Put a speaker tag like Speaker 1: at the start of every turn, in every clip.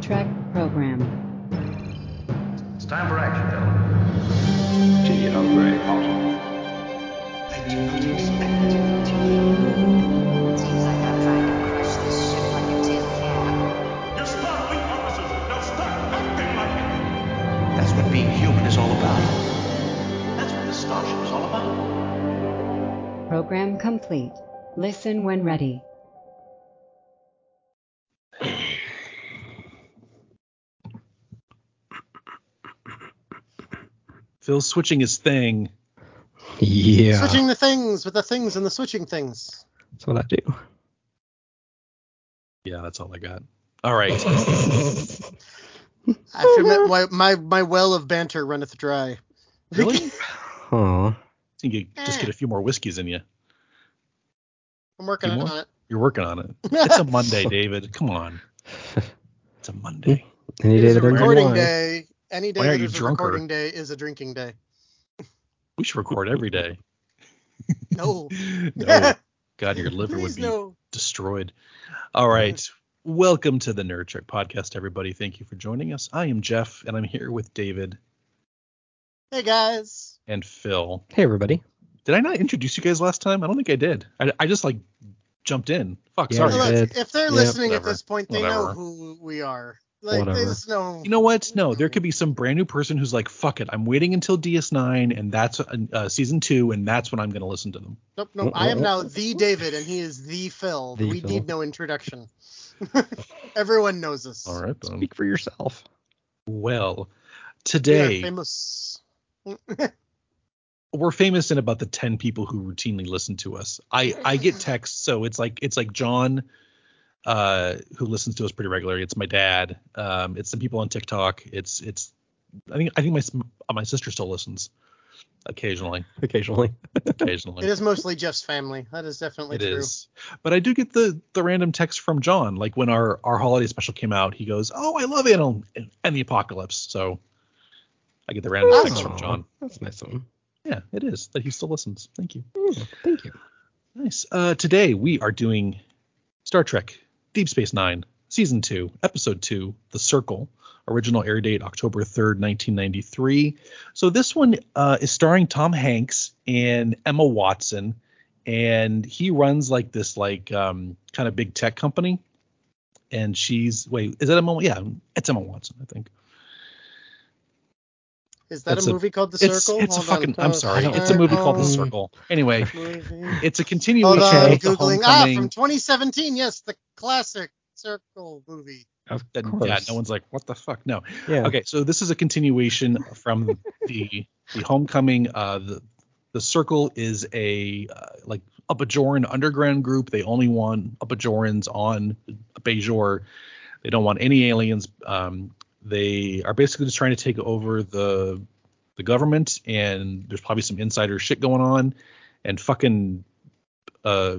Speaker 1: Trek program.
Speaker 2: It's time for action, gentlemen.
Speaker 3: Do you hungry?
Speaker 4: I do not expect it to be.
Speaker 5: Seems like I'm trying to crush this ship like a tin
Speaker 6: can. You're startling officers. Now start acting like it.
Speaker 7: That's what being human is all about. That's what this starship is all about.
Speaker 1: Program complete. Listen when ready.
Speaker 8: Phil's switching his thing.
Speaker 9: Yeah.
Speaker 10: Switching the things with the things and the switching things.
Speaker 9: That's what I do.
Speaker 8: Yeah, that's all I got. All right.
Speaker 10: After my, my my well of banter runneth dry.
Speaker 8: Really?
Speaker 9: Aw.
Speaker 8: You just get a few more whiskeys in you.
Speaker 10: I'm working on it.
Speaker 8: You're working on it. It's a Monday, David. Come on. It's a Monday.
Speaker 9: Any
Speaker 10: It's
Speaker 9: day that
Speaker 10: a
Speaker 9: I
Speaker 10: recording
Speaker 9: want.
Speaker 10: day. Any day
Speaker 8: Why are
Speaker 10: that
Speaker 8: you
Speaker 10: is a
Speaker 8: drunker?
Speaker 10: recording day is a drinking day.
Speaker 8: We should record every day.
Speaker 10: No.
Speaker 8: No. God, your liver would
Speaker 10: Please
Speaker 8: be
Speaker 10: no.
Speaker 8: destroyed. All right. Welcome to the Nerd Trek podcast, everybody. Thank you for joining us. I am Jeff, and I'm here with David
Speaker 10: Hey guys.
Speaker 8: and Phil.
Speaker 9: Hey everybody.
Speaker 8: Did I not introduce you guys last time? I don't think I did. I, I just like jumped in. Fuck,
Speaker 9: Yeah,
Speaker 8: sorry.
Speaker 9: you
Speaker 10: Look,
Speaker 9: did.
Speaker 10: if they're
Speaker 9: Yep.
Speaker 10: listening
Speaker 8: Whatever.
Speaker 10: at this point, they
Speaker 8: Whatever.
Speaker 10: know who we are. Like they
Speaker 9: Whatever.
Speaker 10: just know.
Speaker 8: You know what? No, there could be some brand new person who's like, "Fuck it, I'm waiting until DS9 and that's uh, uh, season two, and that's when I'm gonna listen to them."
Speaker 10: nope, nope. I am now the David, and he is the Phil.
Speaker 9: The
Speaker 10: we
Speaker 9: Phil.
Speaker 10: need no introduction. Everyone knows us.
Speaker 8: All right, then.
Speaker 9: Speak for yourself.
Speaker 8: Well,
Speaker 10: We are
Speaker 8: today
Speaker 10: famous.
Speaker 8: we're famous in about the 10 people who routinely listen to us i i get texts so it's like it's like john uh who listens to us pretty regularly it's my dad um it's some people on tiktok it's it's i think i think my s- my sister still listens occasionally
Speaker 9: Occasionally.
Speaker 8: occasionally
Speaker 10: It is mostly Jeff's family. That is definitely
Speaker 8: it
Speaker 10: true.
Speaker 8: is. But I do get the the random text from John. Like when our our holiday special came out, he goes, "Oh, I love Animal and the Apocalypse." So I get the random
Speaker 10: Oh.
Speaker 8: text from John.
Speaker 9: That's nice of him.
Speaker 8: Yeah, it is that he still listens. Thank you.
Speaker 9: Yeah, thank you.
Speaker 8: Nice. Uh, today we are doing Star Trek Deep Space Nine, Season 2, Episode 2, The Circle. Original air date October 3rd, 1993. So this one uh, is starring Tom Hanks and Emma Watson, and he runs like this like um, kind of big tech company. And she's wait, is that Emma? Yeah, it's Emma Watson, I think.
Speaker 10: Is that
Speaker 8: It's
Speaker 10: a
Speaker 8: a-
Speaker 10: movie called The
Speaker 8: It's
Speaker 10: Circle?
Speaker 8: it's a
Speaker 10: Hold on.
Speaker 8: fucking.
Speaker 10: Uh,
Speaker 8: I'm sorry, it's a movie called The Circle. Anyway,
Speaker 10: Oh, Movie.
Speaker 8: it's a
Speaker 10: Hold
Speaker 8: continuation
Speaker 10: on, I'm
Speaker 8: of the
Speaker 10: googling. Ah,
Speaker 8: Homecoming.
Speaker 10: from 2017. Yes, the classic Circle movie.
Speaker 9: Of
Speaker 8: that-
Speaker 9: course.
Speaker 8: yeah, no one's like, what the fuck? No.
Speaker 9: Yeah.
Speaker 8: Okay, so this is a continuation from the the homecoming. Uh, the the circle is a uh, like a Bajoran underground group. They only want a Bajorans on Bajor. They don't want any aliens. Um, they are basically just trying to take over the the government, and there's probably some insider shit going on, and fucking uh.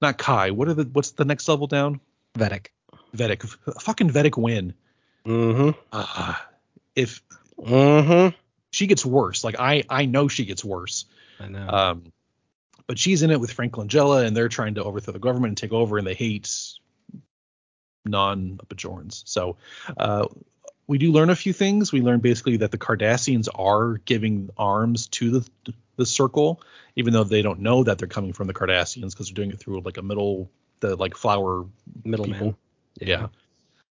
Speaker 8: Not Kai. What are the? What's the next level down?
Speaker 9: Vedic.
Speaker 8: Vedic, f- fucking Vedic win.
Speaker 9: Mm-hmm.
Speaker 8: Uh, if
Speaker 9: Mm-hmm.
Speaker 8: she gets worse, like I, I know she gets worse.
Speaker 9: I know.
Speaker 8: Um, but she's in it with Frank Langella, and they're trying to overthrow the government and take over, and they hate non-Bajorans. So uh, we do learn a few things. We learn basically that the Cardassians are giving arms to the the circle, even though they don't know that they're coming from the Cardassians because they're doing it through like a middle, the like flower
Speaker 9: Middleman.
Speaker 8: people. Yeah.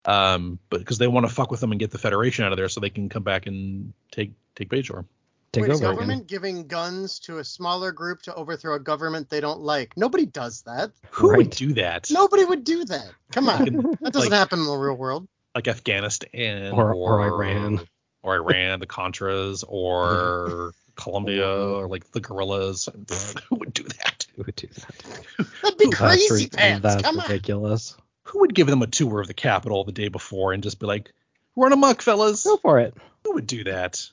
Speaker 8: Um, but because they want to fuck with them and get the Federation out of there so they can come back and take take Bajor.
Speaker 9: Take
Speaker 10: Wait,
Speaker 9: over
Speaker 10: government
Speaker 9: again.
Speaker 10: giving guns to a smaller group to overthrow a government they don't like. Nobody does that.
Speaker 8: Who would
Speaker 9: Right.
Speaker 8: do that?
Speaker 10: Nobody would do that. Come on.
Speaker 8: Fucking,
Speaker 10: That doesn't
Speaker 8: like-
Speaker 10: happen in the real world.
Speaker 8: Like Afghanistan
Speaker 9: Or- or Iran.
Speaker 8: or Iran, the Contras, or Colombia, or like the guerrillas. Who would do that?
Speaker 9: Who would do that?
Speaker 10: That'd be
Speaker 9: That's,
Speaker 10: crazy
Speaker 9: ri-
Speaker 10: pants.
Speaker 9: that's
Speaker 10: Come on.
Speaker 9: ridiculous.
Speaker 8: Who would give them a tour of the capital the day before and just be like, "Run amok, fellas"?
Speaker 9: Go for it.
Speaker 8: Who would do that?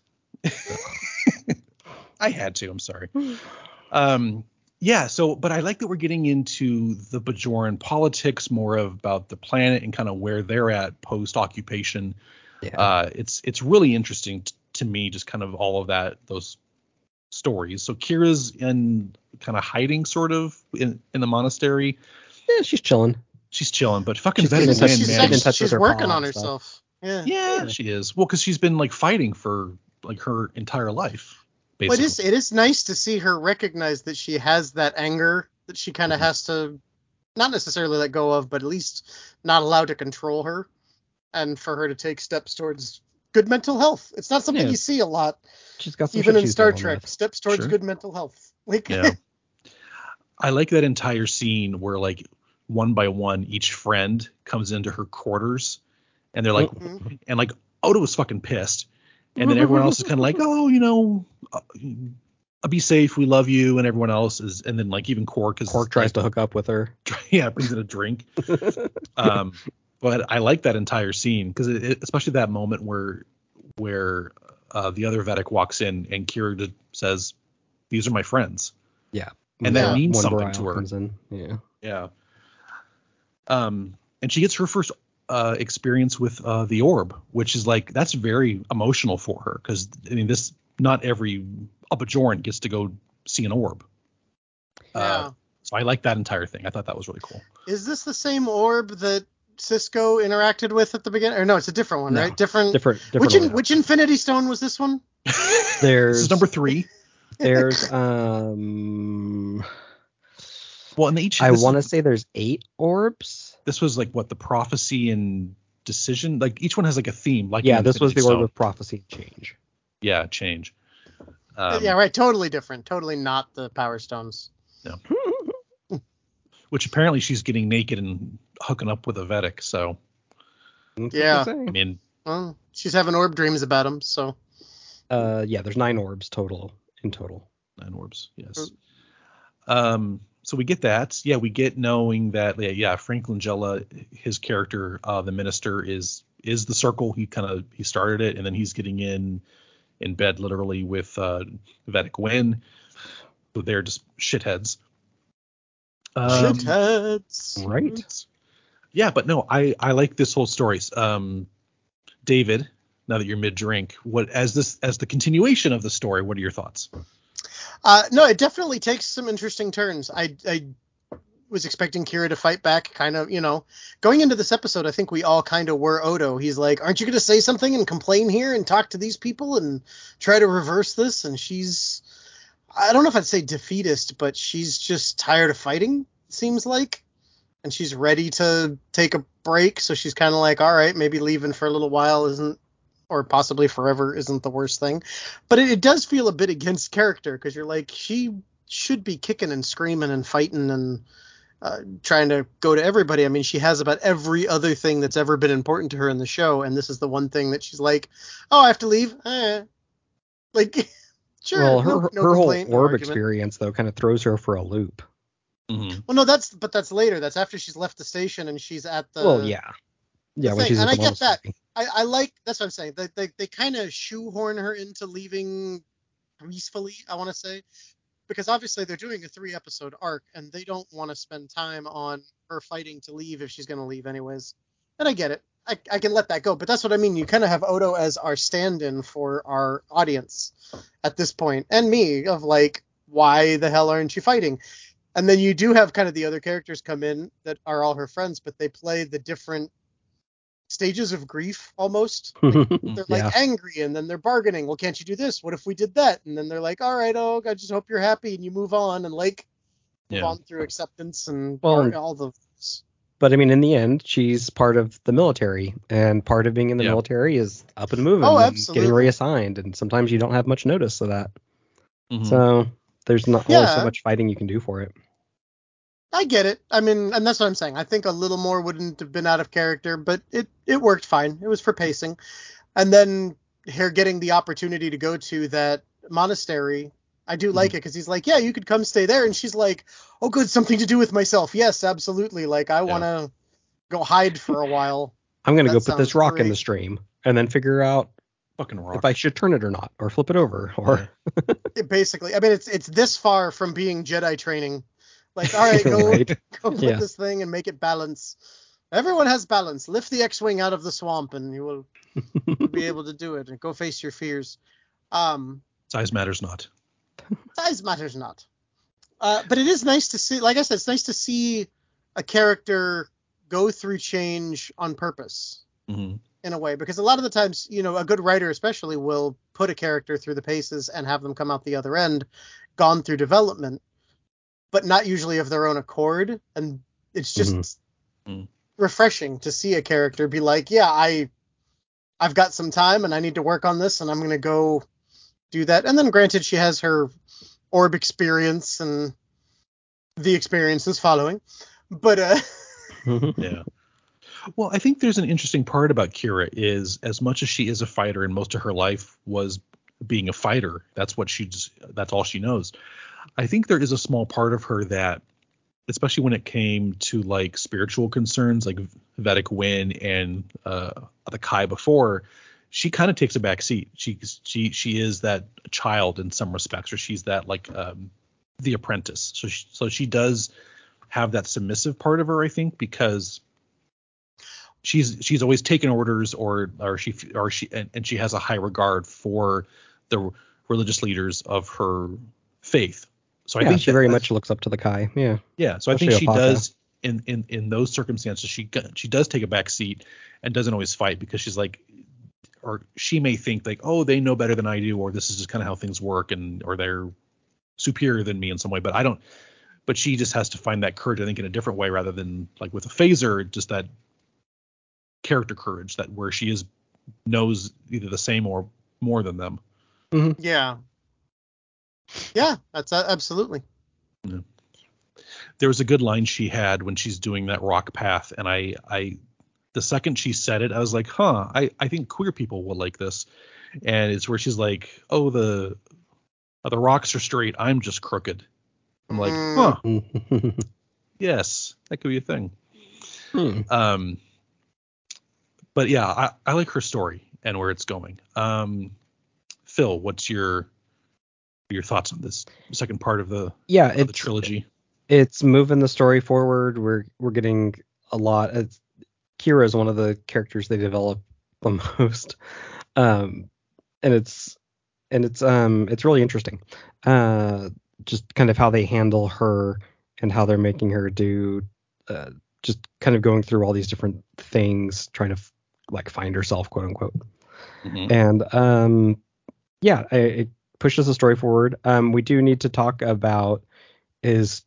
Speaker 8: I had to. I'm sorry. Um, yeah. So, but I like that we're getting into the Bajoran politics more of about the planet and kind of where they're at post occupation.
Speaker 9: Yeah.
Speaker 8: Uh, it's it's really interesting t- to me, just kind of all of that those stories. So Kira's in kind of hiding, sort of in in the monastery.
Speaker 9: yeah, she's chilling.
Speaker 8: she's chilling, but fucking
Speaker 9: She's
Speaker 8: Venom
Speaker 9: getting
Speaker 8: Lynn,
Speaker 9: in
Speaker 8: man.
Speaker 9: touch-
Speaker 10: she's
Speaker 9: she's
Speaker 10: like,
Speaker 9: in touch
Speaker 10: she's
Speaker 9: with her
Speaker 10: working
Speaker 9: mom
Speaker 10: on
Speaker 9: and stuff.
Speaker 10: herself. Yeah.
Speaker 8: yeah, she is. Well, because she's been like fighting for like her entire life.
Speaker 10: Well, it
Speaker 8: Basically.
Speaker 10: is it is nice to see her recognize that she has that anger that she kind of has to not necessarily let go of, but at least not allow to control her, and for her to take steps towards good mental health. It's not something
Speaker 9: Yeah.
Speaker 10: you see a lot,
Speaker 9: She's got some
Speaker 10: even
Speaker 9: shit
Speaker 10: in
Speaker 9: she's
Speaker 10: Star
Speaker 9: dealing
Speaker 10: Trek.
Speaker 9: with.
Speaker 10: Steps towards
Speaker 8: Sure.
Speaker 10: good mental health. Like
Speaker 8: Yeah. I like that entire scene where like one by one each friend comes into her quarters and they're like
Speaker 10: Mhm.
Speaker 8: and like Odo was fucking pissed and then everyone else is kind of like oh you know uh, be safe we love you and everyone else is and then like even Cork is
Speaker 9: Cork tries to hook up with her.
Speaker 8: yeah brings in a drink um but I like that entire scene because it, it- especially that moment where where uh, the other Vedic walks in and Kira just says these are my friends
Speaker 9: Yeah.
Speaker 8: And that
Speaker 9: When
Speaker 8: means
Speaker 9: one
Speaker 8: something
Speaker 9: Brian
Speaker 8: to her.
Speaker 9: Comes in. Yeah.
Speaker 8: Yeah. Um, and she gets her first uh, experience with uh, the orb, which is like that's very emotional for her because I mean this not every Abajoran gets to go see an orb.
Speaker 10: yeah.
Speaker 8: Uh, so I like that entire thing. I thought that was really cool.
Speaker 10: Is this the same orb that Cisco interacted with at the beginning? Or no, it's a different one,
Speaker 9: No.
Speaker 10: right? Different.
Speaker 9: Different. different
Speaker 10: Mm. which in,
Speaker 9: order.
Speaker 10: which Infinity Stone was this one?
Speaker 8: This is
Speaker 9: there's
Speaker 8: number three.
Speaker 9: there's um
Speaker 8: Well, and they each
Speaker 9: I
Speaker 8: this-
Speaker 9: want to say there's eight orbs.
Speaker 8: this was like what the prophecy and decision like each one has like a theme. Like
Speaker 9: yeah,
Speaker 8: in
Speaker 9: this was the
Speaker 8: Infinity
Speaker 9: orb
Speaker 8: Stone.
Speaker 9: of prophecy change.
Speaker 8: yeah change. Um,
Speaker 10: yeah, right. Totally different. Totally not the Power Stones.
Speaker 8: Which apparently she's getting naked and hooking up with a Vedic. So
Speaker 9: That's what
Speaker 10: Yeah.
Speaker 9: they say.
Speaker 8: I mean,
Speaker 10: Well, she's having orb dreams about him, so
Speaker 9: Uh, yeah, there's nine orbs total in total.
Speaker 8: nine orbs yes um so we get that yeah we get knowing that yeah, yeah franklin jella his character uh the minister is is the circle he kind of he started it and then he's getting in in bed literally with uh vedic win so they're just shitheads um,
Speaker 10: shitheads.
Speaker 9: Right.
Speaker 8: yeah but no i i like this whole story um david now that you're mid drink what as this as the continuation of the story what are your thoughts
Speaker 10: Uh, no, it definitely takes some interesting turns. I I was expecting Kira to fight back, kind of. You know, going into this episode, I think we all kind of were Odo. He's like, "Aren't you going to say something and complain here and talk to these people and try to reverse this?" And she's, I don't know if I'd say defeatist, but she's just tired of fighting. it Seems like. And she's ready to take a break, so she's kind of like, "All right, maybe leaving for a little while isn't, or possibly forever isn't the worst thing." but it, it does feel a bit against character because you're like she should be kicking and screaming and fighting and uh, trying to go to everybody. I mean, she has about every other thing that's ever been important to her in the show, and this is the one thing that she's like, "Oh, I have to leave." Eh. Like, sure.
Speaker 9: well, her
Speaker 10: no- no
Speaker 9: her whole
Speaker 10: complaint,
Speaker 9: orb
Speaker 10: no argument.
Speaker 9: experience though kind of throws her for a loop.
Speaker 8: Mhm.
Speaker 10: Well, no, that's but that's later. That's after she's left the station and she's at the.
Speaker 9: well, yeah. Yeah, when
Speaker 10: thing-
Speaker 9: she's
Speaker 10: and
Speaker 9: at
Speaker 10: I
Speaker 9: the
Speaker 10: get that.
Speaker 9: monastery.
Speaker 10: I, I like that's what I'm saying. They they, they kind of shoehorn her into leaving gracefully, I want to say, because obviously they're doing a three episode arc and they don't want to spend time on her fighting to leave if she's going to leave anyways. And I get it. I, I can let that go, but that's what I mean. You kind of have Odo as our stand-in for our audience at this point, and me of like, why the hell aren't you fighting? And then you do have kind of the other characters come in that are all her friends, but they play the different stages of grief almost they're
Speaker 9: Yeah.
Speaker 10: like angry and then they're bargaining well can't you do this what if we did that and then they're like all right oh i just hope you're happy and you move on and like move
Speaker 8: Yeah.
Speaker 10: on through acceptance and
Speaker 9: Well,
Speaker 10: bar- all the
Speaker 9: but I mean, in the end, she's part of the military, and part of being in the
Speaker 8: Yeah.
Speaker 9: military is up and moving,
Speaker 10: Oh,
Speaker 9: and
Speaker 10: absolutely.
Speaker 9: getting reassigned, and sometimes you don't have much notice of that.
Speaker 8: Mhm.
Speaker 9: So there's not only
Speaker 10: Yeah.
Speaker 9: so much fighting you can do for it.
Speaker 10: i get it i mean and that's what i'm saying i think a little more wouldn't have been out of character but it it worked fine it was for pacing and then her getting the opportunity to go to that monastery i do like it because he's like yeah you could come stay there and she's like oh good something to do with myself yes absolutely like i want to go hide for a while
Speaker 9: I'm gonna
Speaker 10: That
Speaker 9: go put this
Speaker 10: sounds
Speaker 9: rock in
Speaker 10: great.
Speaker 9: the stream, and then figure out
Speaker 8: fucking rock.
Speaker 9: if I should turn it or not, or flip it over, or
Speaker 10: It basically i mean it's it's this far from being jedi training like all right go,
Speaker 9: Right.
Speaker 10: go flip
Speaker 9: Yeah.
Speaker 10: this thing and make it balance everyone has balance lift the x-wing out of the swamp and you will be able to do it and go face your fears um
Speaker 8: size matters not.
Speaker 10: size matters not. Uh, but it is nice to see, like I said, it's nice to see a character go through change on purpose
Speaker 8: Mm-hmm.
Speaker 10: in a way because a lot of the times you know a good writer especially will put a character through the paces and have them come out the other end gone through development but not usually of their own accord and it's just
Speaker 8: Mhm. Mm.
Speaker 10: refreshing to see a character be like yeah i i've got some time and i need to work on this and i'm going to go do that and then granted she has her orb experience and the experiences following but uh
Speaker 8: Yeah. Well, I think there's an interesting part about Kira is as much as she is a fighter and most of her life was being a fighter, that's what she's that's all she knows. I think there is a small part of her that especially when it came to like spiritual concerns like Vedic Win and uh the Kai before, she kind of takes a back seat. She she she is that child in some respects or she's that like um the apprentice. So she, so she does have that submissive part of her, I think, because she's she's always taken orders or or she or she and, and she has a high regard for the religious leaders of her faith. So I
Speaker 9: yeah,
Speaker 8: think
Speaker 9: she
Speaker 8: that-
Speaker 9: very much looks up to the Kai. Yeah.
Speaker 8: yeah. So I think
Speaker 9: especially
Speaker 8: she
Speaker 9: Apaka.
Speaker 8: does in in in those circumstances she go- she does take a back seat and doesn't always fight because she's like or she may think like oh they know better than I do or this is just kind of how things work and or they're superior than me in some way but I don't but she just has to find that courage I think in a different way rather than like with a phaser just that character courage that where she is knows either the same or more than them.
Speaker 10: yeah yeah that's uh, absolutely
Speaker 8: there was a good line she had when she's doing that rock path and i i the second she said it i was like huh i i think queer people will like this and it's where she's like oh the uh, the rocks are straight i'm just crooked i'm like
Speaker 10: Mm.
Speaker 8: huh
Speaker 9: hmm.
Speaker 8: yes that could be a thing um but yeah i i like her story and where it's going um phil what's your your thoughts on this second part of the,
Speaker 9: Yeah,
Speaker 8: of the
Speaker 9: it's
Speaker 8: trilogy
Speaker 9: it's moving the story forward. We're we're getting a lot. It's, Kira is one of the characters they develop the most, um, and it's and it's um it's really interesting. Uh, just kind of how they handle her and how they're making her do, uh, just kind of going through all these different things, trying to f- like find herself, quote unquote
Speaker 8: Mhm.
Speaker 9: and um yeah it, it pushes the story forward um we do need to talk about is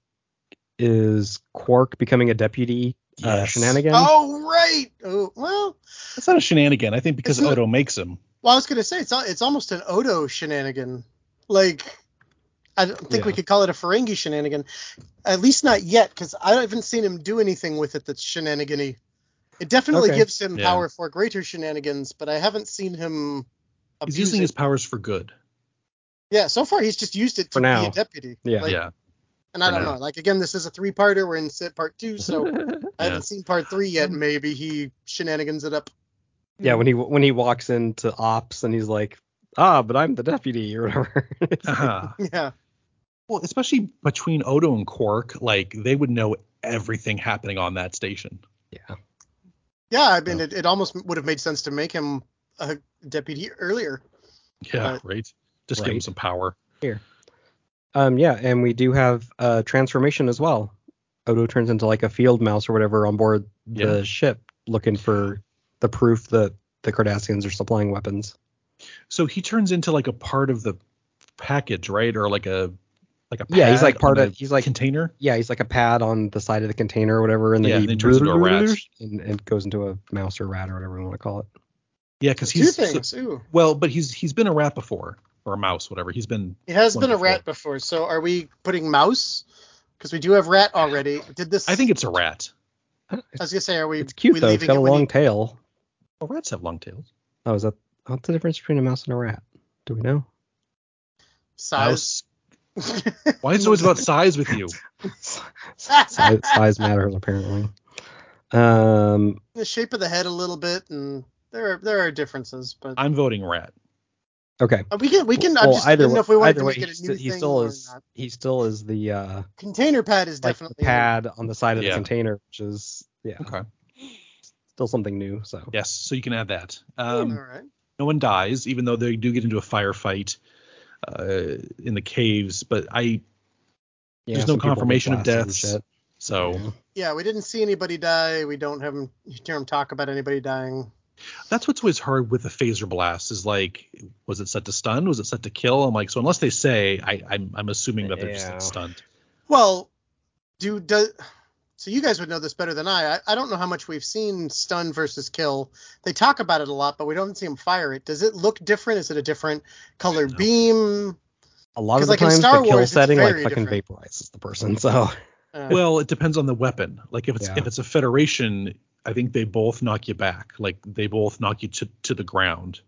Speaker 9: is quark becoming a deputy uh,
Speaker 8: Yes.
Speaker 9: shenanigan
Speaker 10: oh right oh well
Speaker 8: That's not a shenanigan. I think because
Speaker 10: It's not-
Speaker 8: Odo makes him.
Speaker 10: Well, I was gonna say it's al- it's almost an Odo shenanigan. Like, I don't think we
Speaker 9: Yeah.
Speaker 10: could call it a Ferengi shenanigan, at least not yet, because I haven't seen him do anything with it that's shenanigan-y. It definitely
Speaker 9: Okay.
Speaker 10: gives him
Speaker 8: Yeah.
Speaker 10: power for greater shenanigans, but I haven't seen him.
Speaker 8: He's
Speaker 10: Abuse
Speaker 8: using
Speaker 10: it.
Speaker 8: his powers for good.
Speaker 10: yeah. So far, he's just used it to
Speaker 9: For
Speaker 10: be
Speaker 9: now.
Speaker 10: a deputy.
Speaker 9: Yeah.
Speaker 10: Like,
Speaker 8: yeah.
Speaker 10: And I
Speaker 8: For
Speaker 10: don't
Speaker 8: now.
Speaker 10: know. Like again, this is a three-parter. We're in sit part two, so I
Speaker 8: Yeah.
Speaker 10: haven't seen part three yet. Maybe he shenanigans it up.
Speaker 9: yeah when he when he walks into ops and he's like ah but i'm the deputy or whatever It's like,
Speaker 8: Uh-huh.
Speaker 10: Yeah.
Speaker 8: Well, especially between Odo and Quark, like they would know everything happening on that station.
Speaker 9: yeah
Speaker 10: Yeah. I mean, it, it almost would have made sense to make him a deputy earlier.
Speaker 8: Yeah.
Speaker 10: Right.
Speaker 8: right. Just give him
Speaker 9: Right.
Speaker 8: some power.
Speaker 9: um yeah and we do have uh transformation as well odo turns into like a field mouse or whatever on board the ship looking for the proof that the cardassians are supplying weapons
Speaker 8: So he turns into like a part of the package, right? Or like a like a
Speaker 9: Yeah, he's
Speaker 8: pad
Speaker 9: like part
Speaker 8: on
Speaker 9: of-
Speaker 8: a
Speaker 9: he's like-
Speaker 8: container.
Speaker 9: yeah, he's like a pad on the side of the container or whatever, and then
Speaker 8: Yeah,
Speaker 9: he
Speaker 8: and then turns into a rat.
Speaker 9: and it goes into a mouse or rat or whatever we want to call it.
Speaker 8: Yeah, because
Speaker 10: Two
Speaker 8: he's
Speaker 10: things. Ooh.
Speaker 8: well, but he's he's been a rat before or a mouse, whatever. He's been
Speaker 10: It has
Speaker 8: one
Speaker 10: been a
Speaker 8: before.
Speaker 10: rat before, so are we putting mouse? Because we do have rat already. Did this?
Speaker 8: I think it's a rat.
Speaker 10: I was gonna say, are we?
Speaker 9: It's cute
Speaker 10: we
Speaker 9: though. It's
Speaker 10: leaving
Speaker 9: got a
Speaker 10: when
Speaker 9: long
Speaker 10: he-
Speaker 9: tail.
Speaker 8: Well, rats have long tails.
Speaker 9: Oh, is that what's the difference between a mouse and a rat? Do we know?
Speaker 10: size.
Speaker 8: Mouse. Why is it always about size with you?
Speaker 9: Size, size matters apparently. Um,
Speaker 10: the shape of the head a little bit, and there are there are differences, but
Speaker 8: I'm voting rat.
Speaker 9: okay.
Speaker 10: Uh, we can we can. I'm
Speaker 9: Well,
Speaker 10: just
Speaker 9: either
Speaker 10: didn't
Speaker 9: way-
Speaker 10: know if we wanted
Speaker 9: either
Speaker 10: to
Speaker 9: way,
Speaker 10: make it
Speaker 9: he's
Speaker 10: a new
Speaker 9: sti- he
Speaker 10: thing
Speaker 9: still
Speaker 10: or
Speaker 9: is
Speaker 10: not.
Speaker 9: he still is the uh
Speaker 10: Container pad is
Speaker 9: like the
Speaker 10: definitely
Speaker 9: pad on the side of
Speaker 8: Yeah.
Speaker 9: the container, which is yeah,
Speaker 8: Okay.
Speaker 9: still something new. So
Speaker 8: Yes, so you can add that.
Speaker 10: All
Speaker 8: Um,
Speaker 10: right.
Speaker 8: no one dies, even though they do get into a firefight uh, in the caves. But I
Speaker 9: Yeah,
Speaker 8: There's no
Speaker 9: some people get
Speaker 8: confirmation of
Speaker 9: blasted and
Speaker 8: deaths. Oh.
Speaker 9: shit.
Speaker 8: So
Speaker 10: yeah, we didn't see anybody die. We don't have him hear him talk about anybody dying.
Speaker 8: That's what's always hard with a phaser blast is like, was it set to stun? Was it set to kill? I'm like, so unless they say, I, I'm I'm assuming that they're yeah. just stunned.
Speaker 10: Well, do does so you guys would know this better than I. I. I don't know how much we've seen stun versus kill. They talk about it a lot, but we don't see them fire it. Does it look different? Is it a different color beam?
Speaker 9: A lot of the like times, the kill Wars, setting like fucking different. vaporizes the person. So.
Speaker 8: Uh, well, it depends on the weapon. Like if it's yeah. if it's a Federation, I think they both knock you back. Like they both knock you to to the ground.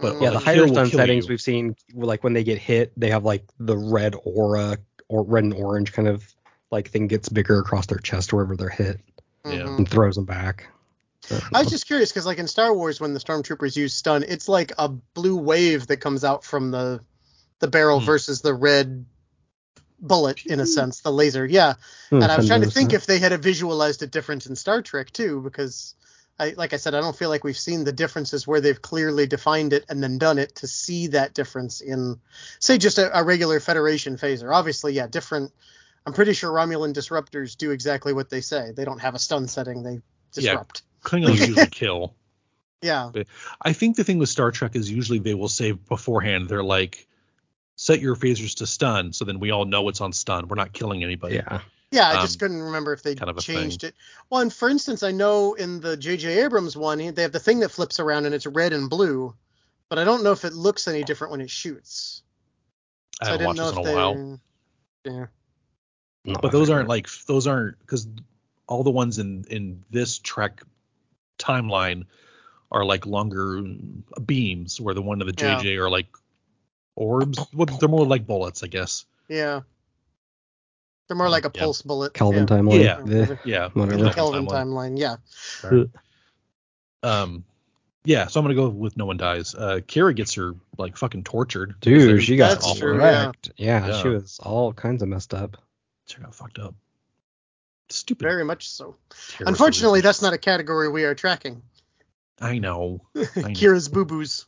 Speaker 9: But yeah, the higher stun settings you. we've seen, like when they get hit, they have like the red aura or red and orange kind of like thing gets bigger across their chest wherever they're hit yeah. and throws them back.
Speaker 10: So, mm-hmm. I was just curious because, like in Star Wars, when the stormtroopers use stun, it's like a blue wave that comes out from the the barrel hmm. versus the red bullet in a sense, the laser. Yeah,
Speaker 9: hmm,
Speaker 10: and I was trying to think if they had visualized it different in Star Trek too, because I, like I said, I don't feel like we've seen the differences where they've clearly defined it and then done it to see that difference in, say, just a, a regular Federation phaser. Obviously, yeah, different. I'm pretty sure Romulan disruptors do exactly what they say. They don't have a stun setting. They disrupt.
Speaker 8: Yeah, Klingons usually kill.
Speaker 10: Yeah.
Speaker 8: But I think the thing with Star Trek is usually they will say beforehand. They're like, set your phasers to stun, so then we all know it's on stun. We're not killing anybody.
Speaker 9: Yeah.
Speaker 10: Yeah, I um, just couldn't remember if they kind of changed it. Well, and for instance, I know in the J.J. Abrams one, they have the thing that flips around and it's red and blue, but I don't know if it looks any different when it shoots.
Speaker 8: So I haven't I watched this in a they, while. Yeah. Not but those favorite. aren't like those aren't because all the ones in in this Trek timeline are like longer beams, where the one of the JJ yeah. are like orbs. They're more like bullets, I guess.
Speaker 10: Yeah.
Speaker 8: Mm,
Speaker 10: They're more like a yeah. pulse bullet.
Speaker 9: Kelvin yeah. timeline. Eh,
Speaker 8: Yeah. Whatever. Yeah.
Speaker 10: Whatever. Kelvin timeline. timeline. Yeah.
Speaker 8: Sorry. um. Yeah, so I'm gonna go with no one dies. Uh, Kira gets her like fucking tortured.
Speaker 9: Dude, she got all true, wrecked. Yeah. yeah, she was all kinds of messed up.
Speaker 8: She got fucked up. Stupid.
Speaker 10: Very much so. Kira Unfortunately, that's not a category we are tracking.
Speaker 8: I know. I know.
Speaker 10: Kira's boo boos.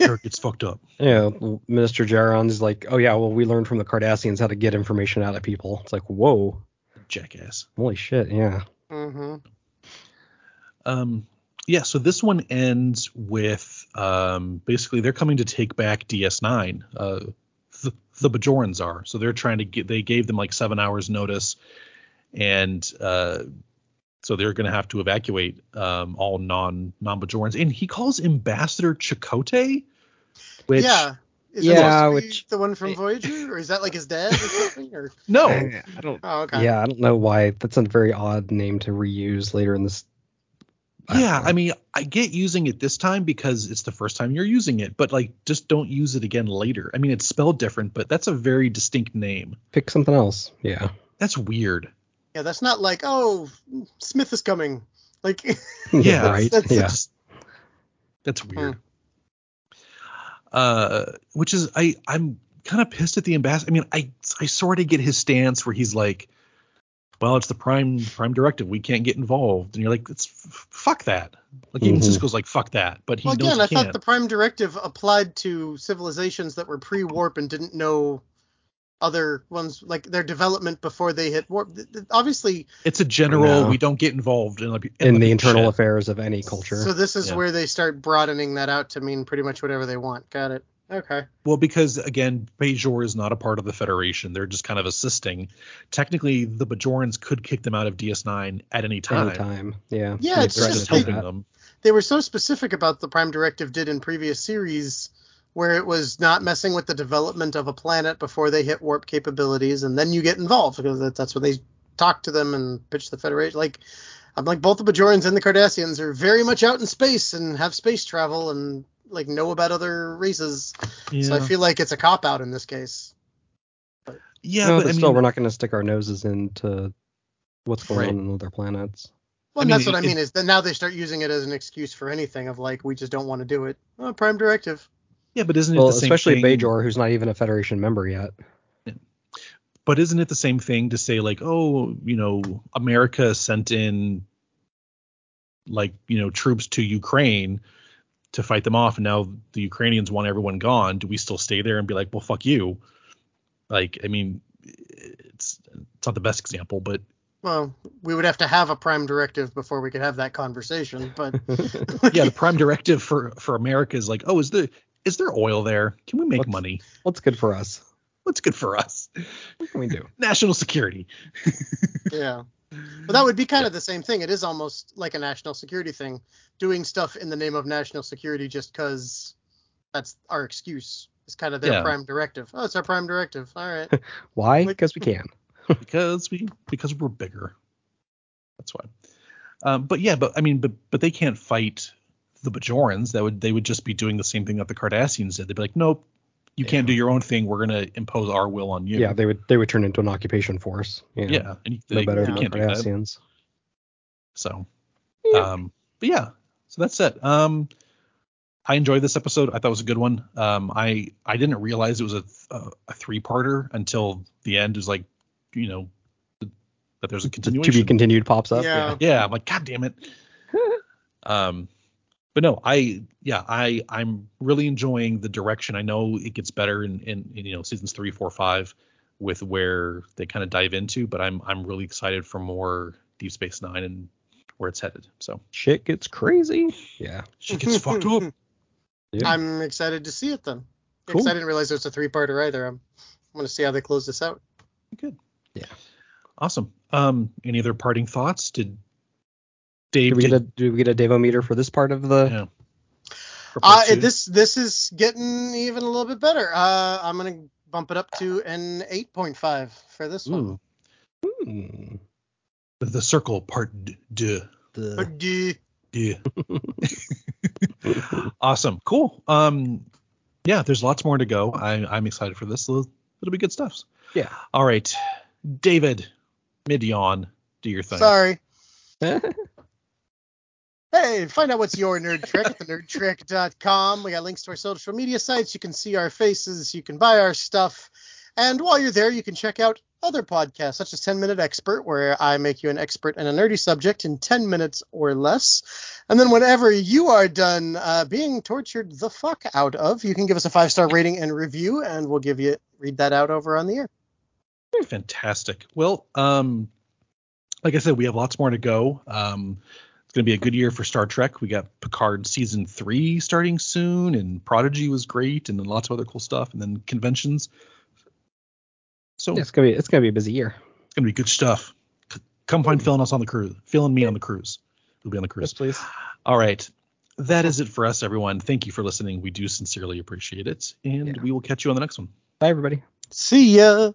Speaker 8: Eric gets fucked up.
Speaker 9: Yeah, Minister Jaron's like, oh yeah, well we learned from the Cardassians how to get information out of people. It's like, whoa,
Speaker 8: jackass.
Speaker 9: Holy shit, yeah.
Speaker 10: Mm-hmm.
Speaker 8: Um, yeah. So this one ends with um, basically they're coming to take back DS9. Uh, th- the Bajorans are. So they're trying to get. They gave them like seven hours notice, and uh, so they're going to have to evacuate um, all non non Bajorans. And he calls Ambassador Chakotay, which
Speaker 10: yeah,
Speaker 9: is yeah, which
Speaker 10: the one from Voyager, or is that like his dad or something? Or
Speaker 8: no,
Speaker 9: I don't. Oh, okay. Yeah, I don't know why. That's a very odd name to reuse later in this.
Speaker 8: I yeah, I mean, I get using it this time because it's the first time you're using it, but like, just don't use it again later. I mean, it's spelled different, but that's a very distinct name.
Speaker 9: Pick something else. Yeah.
Speaker 8: That's weird.
Speaker 10: Yeah, that's not like, oh, Smith is coming. Like,
Speaker 8: yeah,
Speaker 9: right. That's, yeah. That's,
Speaker 8: that's weird. Hmm. Uh, which is, I, I'm kind of pissed at the ambassador. I mean, I, I sort of get his stance where he's like, well, it's the prime prime directive. We can't get involved. And you're like, it's f- fuck that. Like even mm-hmm. Cisco's like, fuck that. But he well, knows again,
Speaker 10: I
Speaker 8: can't.
Speaker 10: thought the prime directive applied to civilizations that were pre-warp and didn't know other ones like their development before they hit warp. Obviously,
Speaker 8: it's a general. No. We don't get involved in, like,
Speaker 9: in, in the internal shit. affairs of any culture.
Speaker 10: So this is yeah. where they start broadening that out to mean pretty much whatever they want. Got it. Okay.
Speaker 8: Well, because again, Bajor is not a part of the Federation. They're just kind of assisting. Technically, the Bajorans could kick them out of DS9 at any time.
Speaker 9: Any time. Yeah.
Speaker 10: Yeah, it's just, just helping they, them. They were so specific about the Prime Directive did in previous series where it was not messing with the development of a planet before they hit warp capabilities, and then you get involved because that, that's what they talk to them and pitch the Federation. Like, I'm like both the Bajorans and the Cardassians are very much out in space and have space travel and like know about other races, yeah. so I feel like it's a cop out in this case.
Speaker 8: But, yeah,
Speaker 9: no, but, but still, mean, we're not going to stick our noses into what's going right. on in other planets.
Speaker 10: Well, I mean, that's what it, I mean is that now they start using it as an excuse for anything of like we just don't want to do it. Oh, prime directive.
Speaker 8: Yeah, but isn't it well, the same
Speaker 9: especially
Speaker 8: thing?
Speaker 9: Bajor, who's not even a Federation member yet. Yeah.
Speaker 8: But isn't it the same thing to say like, oh, you know, America sent in like you know troops to Ukraine to fight them off, and now the Ukrainians want everyone gone. Do we still stay there and be like, well, fuck you? Like, I mean, it's it's not the best example, but
Speaker 10: well, we would have to have a prime directive before we could have that conversation. But
Speaker 8: yeah, the prime directive for for America is like, oh, is the is there oil there? Can we make
Speaker 9: What's-
Speaker 8: money?
Speaker 9: What's good for us?
Speaker 8: What's good for us?
Speaker 9: What can we do?
Speaker 8: National security.
Speaker 10: yeah. But that would be kind of the same thing. It is almost like a national security thing, doing stuff in the name of national security just because that's our excuse. It's kind of their
Speaker 8: Yeah.
Speaker 10: prime directive. Oh, it's our prime directive. All right.
Speaker 9: Why?
Speaker 10: Like-
Speaker 9: Because we can.
Speaker 8: because we because we're bigger. That's why. Um, but yeah, but I mean, but but they can't fight the Bajorans. That would they would just be doing the same thing that the Cardassians did. They'd be like, nope, you can't do your own thing. We're gonna impose our will on you.
Speaker 9: Yeah, they would they would turn into an occupation force. You know,
Speaker 8: yeah, and you-
Speaker 9: No
Speaker 8: they,
Speaker 9: better
Speaker 8: they
Speaker 9: than the
Speaker 8: can't do that.
Speaker 9: Cardassians.
Speaker 8: So, um, but yeah, so that's it. Um, I enjoyed this episode. I thought it was a good one. Um, I I didn't realize it was a th- a, a three parter until the end. Is like, you know, that there's a
Speaker 9: To
Speaker 8: continuation.
Speaker 9: be continued pops up.
Speaker 10: Yeah.
Speaker 8: yeah i'm like god damn it um but no i yeah i i'm really enjoying the direction i know it gets better in in, in you know seasons three four five with where they kind of dive into but i'm i'm really excited for more deep space nine and where it's headed so
Speaker 9: Shit gets crazy. Yeah.
Speaker 8: she gets fucked up
Speaker 9: Yeah.
Speaker 10: I'm excited to see it then.
Speaker 8: Cool.
Speaker 10: Because I didn't realize it was a three parter either. I'm, I'm going to see how they close this out.
Speaker 8: good
Speaker 9: Yeah.
Speaker 8: awesome um any other parting thoughts did dave
Speaker 9: Do we
Speaker 8: did,
Speaker 9: get a do we get a devometer for this part of the?
Speaker 8: Yeah. for
Speaker 10: Uh,
Speaker 8: part two?
Speaker 10: this this is getting even a little bit better. Uh, I'm going to bump it up to an 8.5 for this
Speaker 8: Ooh,
Speaker 10: one.
Speaker 9: Hmm.
Speaker 8: the, the circle part d- deux.
Speaker 9: The-
Speaker 10: But do-
Speaker 8: Yeah. awesome. Cool. Um, yeah, there's lots more to go. I, I'm excited for this. It'll, it'll be good stuff.
Speaker 9: Yeah.
Speaker 8: All right, David, mid yawn, do your thing.
Speaker 10: Sorry. Hey, find out what's your nerd trick at thenerdtrick.com. We got links to our social media sites. You can see our faces. You can buy our stuff. And while you're there, you can check out other podcasts, such as 10 Minute Expert, where I make you an expert in a nerdy subject in 10 minutes or less. And then, whenever you are done uh, being tortured the fuck out of, you can give us a five star rating and review, and we'll give you read that out over on the air.
Speaker 8: Fantastic. Well, um, like I said, we have lots more to go. Um, it's going to be a good year for Star Trek. We got Picard season three starting soon, and Prodigy was great, and then lots of other cool stuff, and then conventions. So
Speaker 9: It's gonna be it's gonna be a busy year.
Speaker 8: It's gonna be good stuff. C- Come find Phil and us on the cruise. Phil and me on the cruise. We'll be on the cruise.
Speaker 9: please.
Speaker 8: All right. That is it for us, everyone. Thank you for listening. We do sincerely appreciate it. And
Speaker 9: Yeah.
Speaker 8: we will catch you on the next one.
Speaker 9: Bye everybody.
Speaker 10: See ya.